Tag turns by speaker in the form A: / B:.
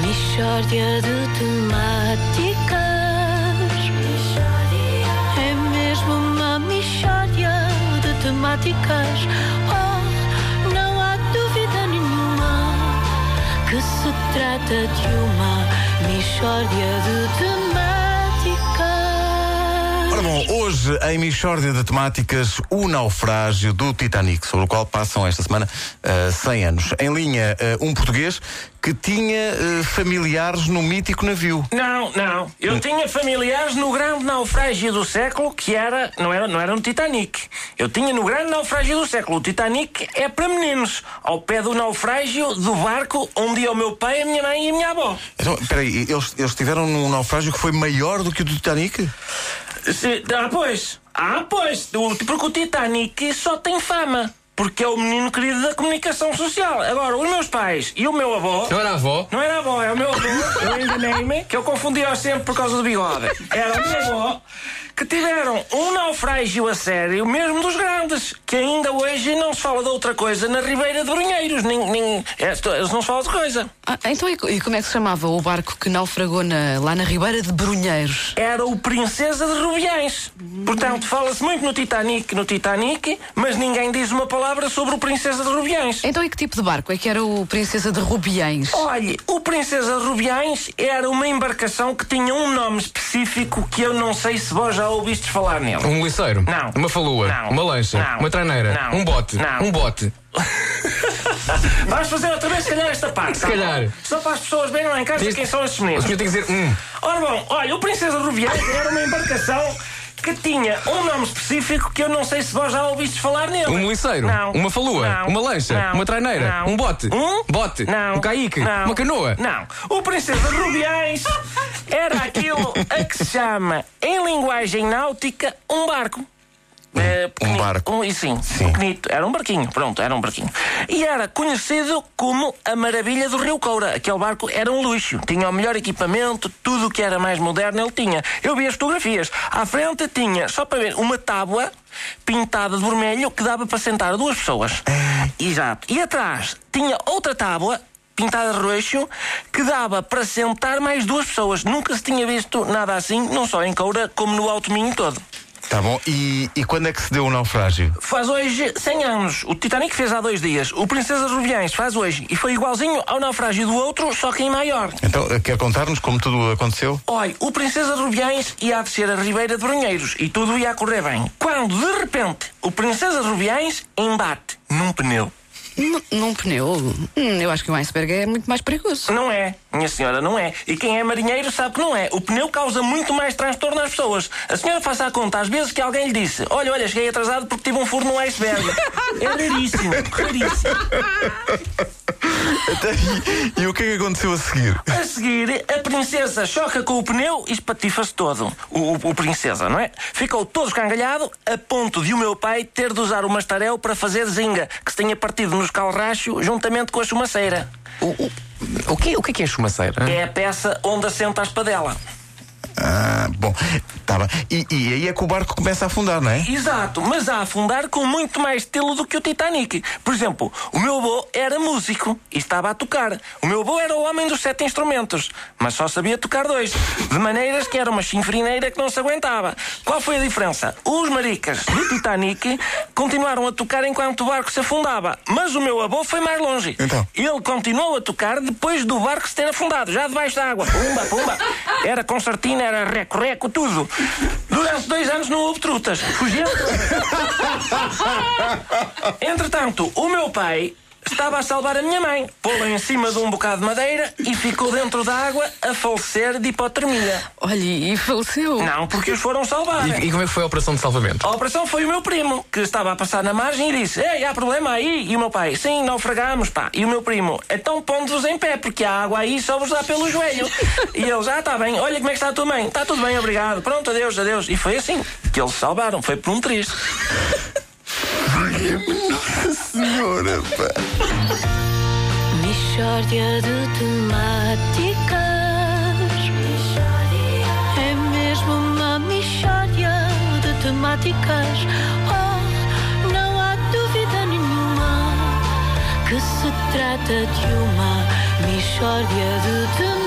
A: Mistória de temáticas. É mesmo uma mistória de temáticas. Oh, não há dúvida nenhuma que se trata de uma mistória de temáticas.
B: Ora bom, hoje em Michórdia de Temáticas, o naufrágio do Titanic, sobre o qual passam esta semana ah, 100 anos. Em linha, ah, um português que tinha ah, familiares no mítico navio.
C: Não, não. Eu tinha familiares no grande naufrágio do século que era. Não era, não era no Titanic. Eu tinha no grande naufrágio do século. O Titanic é para meninos, ao pé do naufrágio do barco onde ia o meu pai, a minha mãe e a minha avó.
B: Então, espera aí, eles, eles tiveram num naufrágio que foi maior do que o do Titanic?
C: Se- ah, pois. Ah, pois. O- Porque o Titanic só tem fama. Porque é o menino querido da comunicação social. Agora, os meus pais e o meu avô.
D: Não era a avó?
C: Não era avó, era o meu avô. Eu enganei-me, que eu confundia sempre por causa do bigode. Era o meu avô que tiveram um naufrágio a sério, mesmo dos grandes, que ainda hoje não se fala de outra coisa na Ribeira de Brunheiros. Nem, nem, é, isto- eles não se falam de coisa.
E: Ah, então, e, co- e como é que se chamava o barco que naufragou na- lá na Ribeira de Brunheiros?
C: Era o Princesa de Rubiães. Portanto, fala-se muito no Titanic, no Titanic, mas ninguém diz uma palavra sobre o Princesa de Rubiães.
E: Então, e que tipo de barco é que era o Princesa de Rubiães?
C: Olhe, o Princesa Rubiães era uma embarcação que tinha um nome específico que eu não sei se vós já ouvistes falar nele.
D: Um liceiro?
C: Não.
D: Uma falua?
C: Não.
D: Uma lancha?
C: Não.
D: Uma traineira?
C: Não.
D: Um bote?
C: Não.
D: Um bote?
C: Vamos fazer outra vez, se calhar, esta parte.
D: Se
C: tá
D: calhar.
C: bom? Só para as pessoas verem lá em casa
D: Diz-
C: quem são estes
D: O
C: meninos.
D: senhor tem que dizer um.
C: Ora bom, olha, o Princesa Rubiães era uma embarcação que tinha um nome específico que eu não sei se vós já ouvistes falar nele.
D: Um liceiro?
C: Não.
D: Uma falua?
C: Não.
D: Uma lancha?
C: Não.
D: Uma traineira?
C: Não.
D: Um bote?
C: Um?
D: Bote?
C: Não.
D: Um caique?
C: Não.
D: Uma canoa?
C: Não. O Princesa Rubiães era aquilo a que se chama, em linguagem náutica, um barco. Eh, pequenito.
B: barco.
C: Um, e sim, pequenito. Era um barquinho, pronto, era um barquinho. E era conhecido como a maravilha do Rio Coura. Aquele barco era um luxo. Tinha o melhor equipamento, tudo o que era mais moderno ele tinha. Eu vi as fotografias. À frente tinha, só para ver, uma tábua pintada de vermelho que dava para sentar duas pessoas. Exato. E atrás tinha outra tábua pintada de roxo que dava para sentar mais duas pessoas. Nunca se tinha visto nada assim, não só em Coura, como no Alto Minho todo.
B: Tá bom, e, e quando é que se deu o naufrágio?
C: Faz hoje 100 anos. O Titanic fez há dois dias. O Princesa Rubiães faz hoje. E foi igualzinho ao naufrágio do outro, só que em maior.
B: Então, eh, quer contar-nos como tudo aconteceu?
C: Olha, o Princesa Rubiães ia a descer a Ribeira de Brunheiros e tudo ia a correr bem. Quando, de repente, o Princesa Rubiães embate num pneu.
E: N- Num pneu? Hum, eu acho que um iceberg é muito mais perigoso.
C: Não é, minha senhora, não é. E quem é marinheiro sabe que não é. O pneu causa muito mais transtorno às pessoas. A senhora faça a conta às vezes que alguém lhe disse: Olha, olha, cheguei atrasado porque tive um furo no iceberg. É raríssimo, raríssimo.
B: e, e o que é que aconteceu a seguir?
C: A seguir, a princesa choca com o pneu e espatifa-se todo. O, o- o princesa, não é? Ficou todo escangalhado a ponto de o meu pai ter de usar o mastarel para fazer zinga, que se tinha partido no escalracho juntamente com a chumaceira.
D: O, o, o que, o que é que é chumaceira?
C: É a peça onde assenta a espadela.
B: Ah, bom, tá bem. E, e aí é que o barco começa a afundar, não é?
C: Exato, mas a afundar com muito mais estilo do que o Titanic. Por exemplo, o meu avô era músico e estava a tocar. O meu avô era o homem dos sete instrumentos, mas só sabia tocar dois. De maneiras que era uma chinfrineira que não se aguentava. Qual foi a diferença? Os maricas do Titanic continuaram a tocar enquanto o barco se afundava, mas o meu avô foi mais longe.
B: Então?
C: Ele continuou a tocar depois do barco se ter afundado, já debaixo da água. Pumba, pumba. Era concertina, era reco-reco, tudo. Durante dois anos não houve trutas. Fugiu. Entretanto, o meu pai estava a salvar a minha mãe, pô-la em cima de um bocado de madeira e ficou dentro da água a falecer de hipotermia.
E: Olha, e faleceu.
C: Não, porque os foram salvar.
D: E, e como é que foi a operação de salvamento?
C: A operação foi o meu primo, que estava a passar na margem e disse: Ei, há problema aí? E o meu pai: Sim, naufragamos, pá. E o meu primo: Então pondo-vos em pé, porque a água aí só vos dá pelo joelho. e eles: Ah, está bem, olha como é que está a tua mãe. Está tudo bem, obrigado. Pronto, adeus, adeus. E foi assim que eles salvaram. Foi por um triste.
B: Senhora, pá.
A: Mistória de temáticas. É mesmo uma mistória de temáticas. Oh, não há dúvida nenhuma que se trata de uma mistória de temáticas.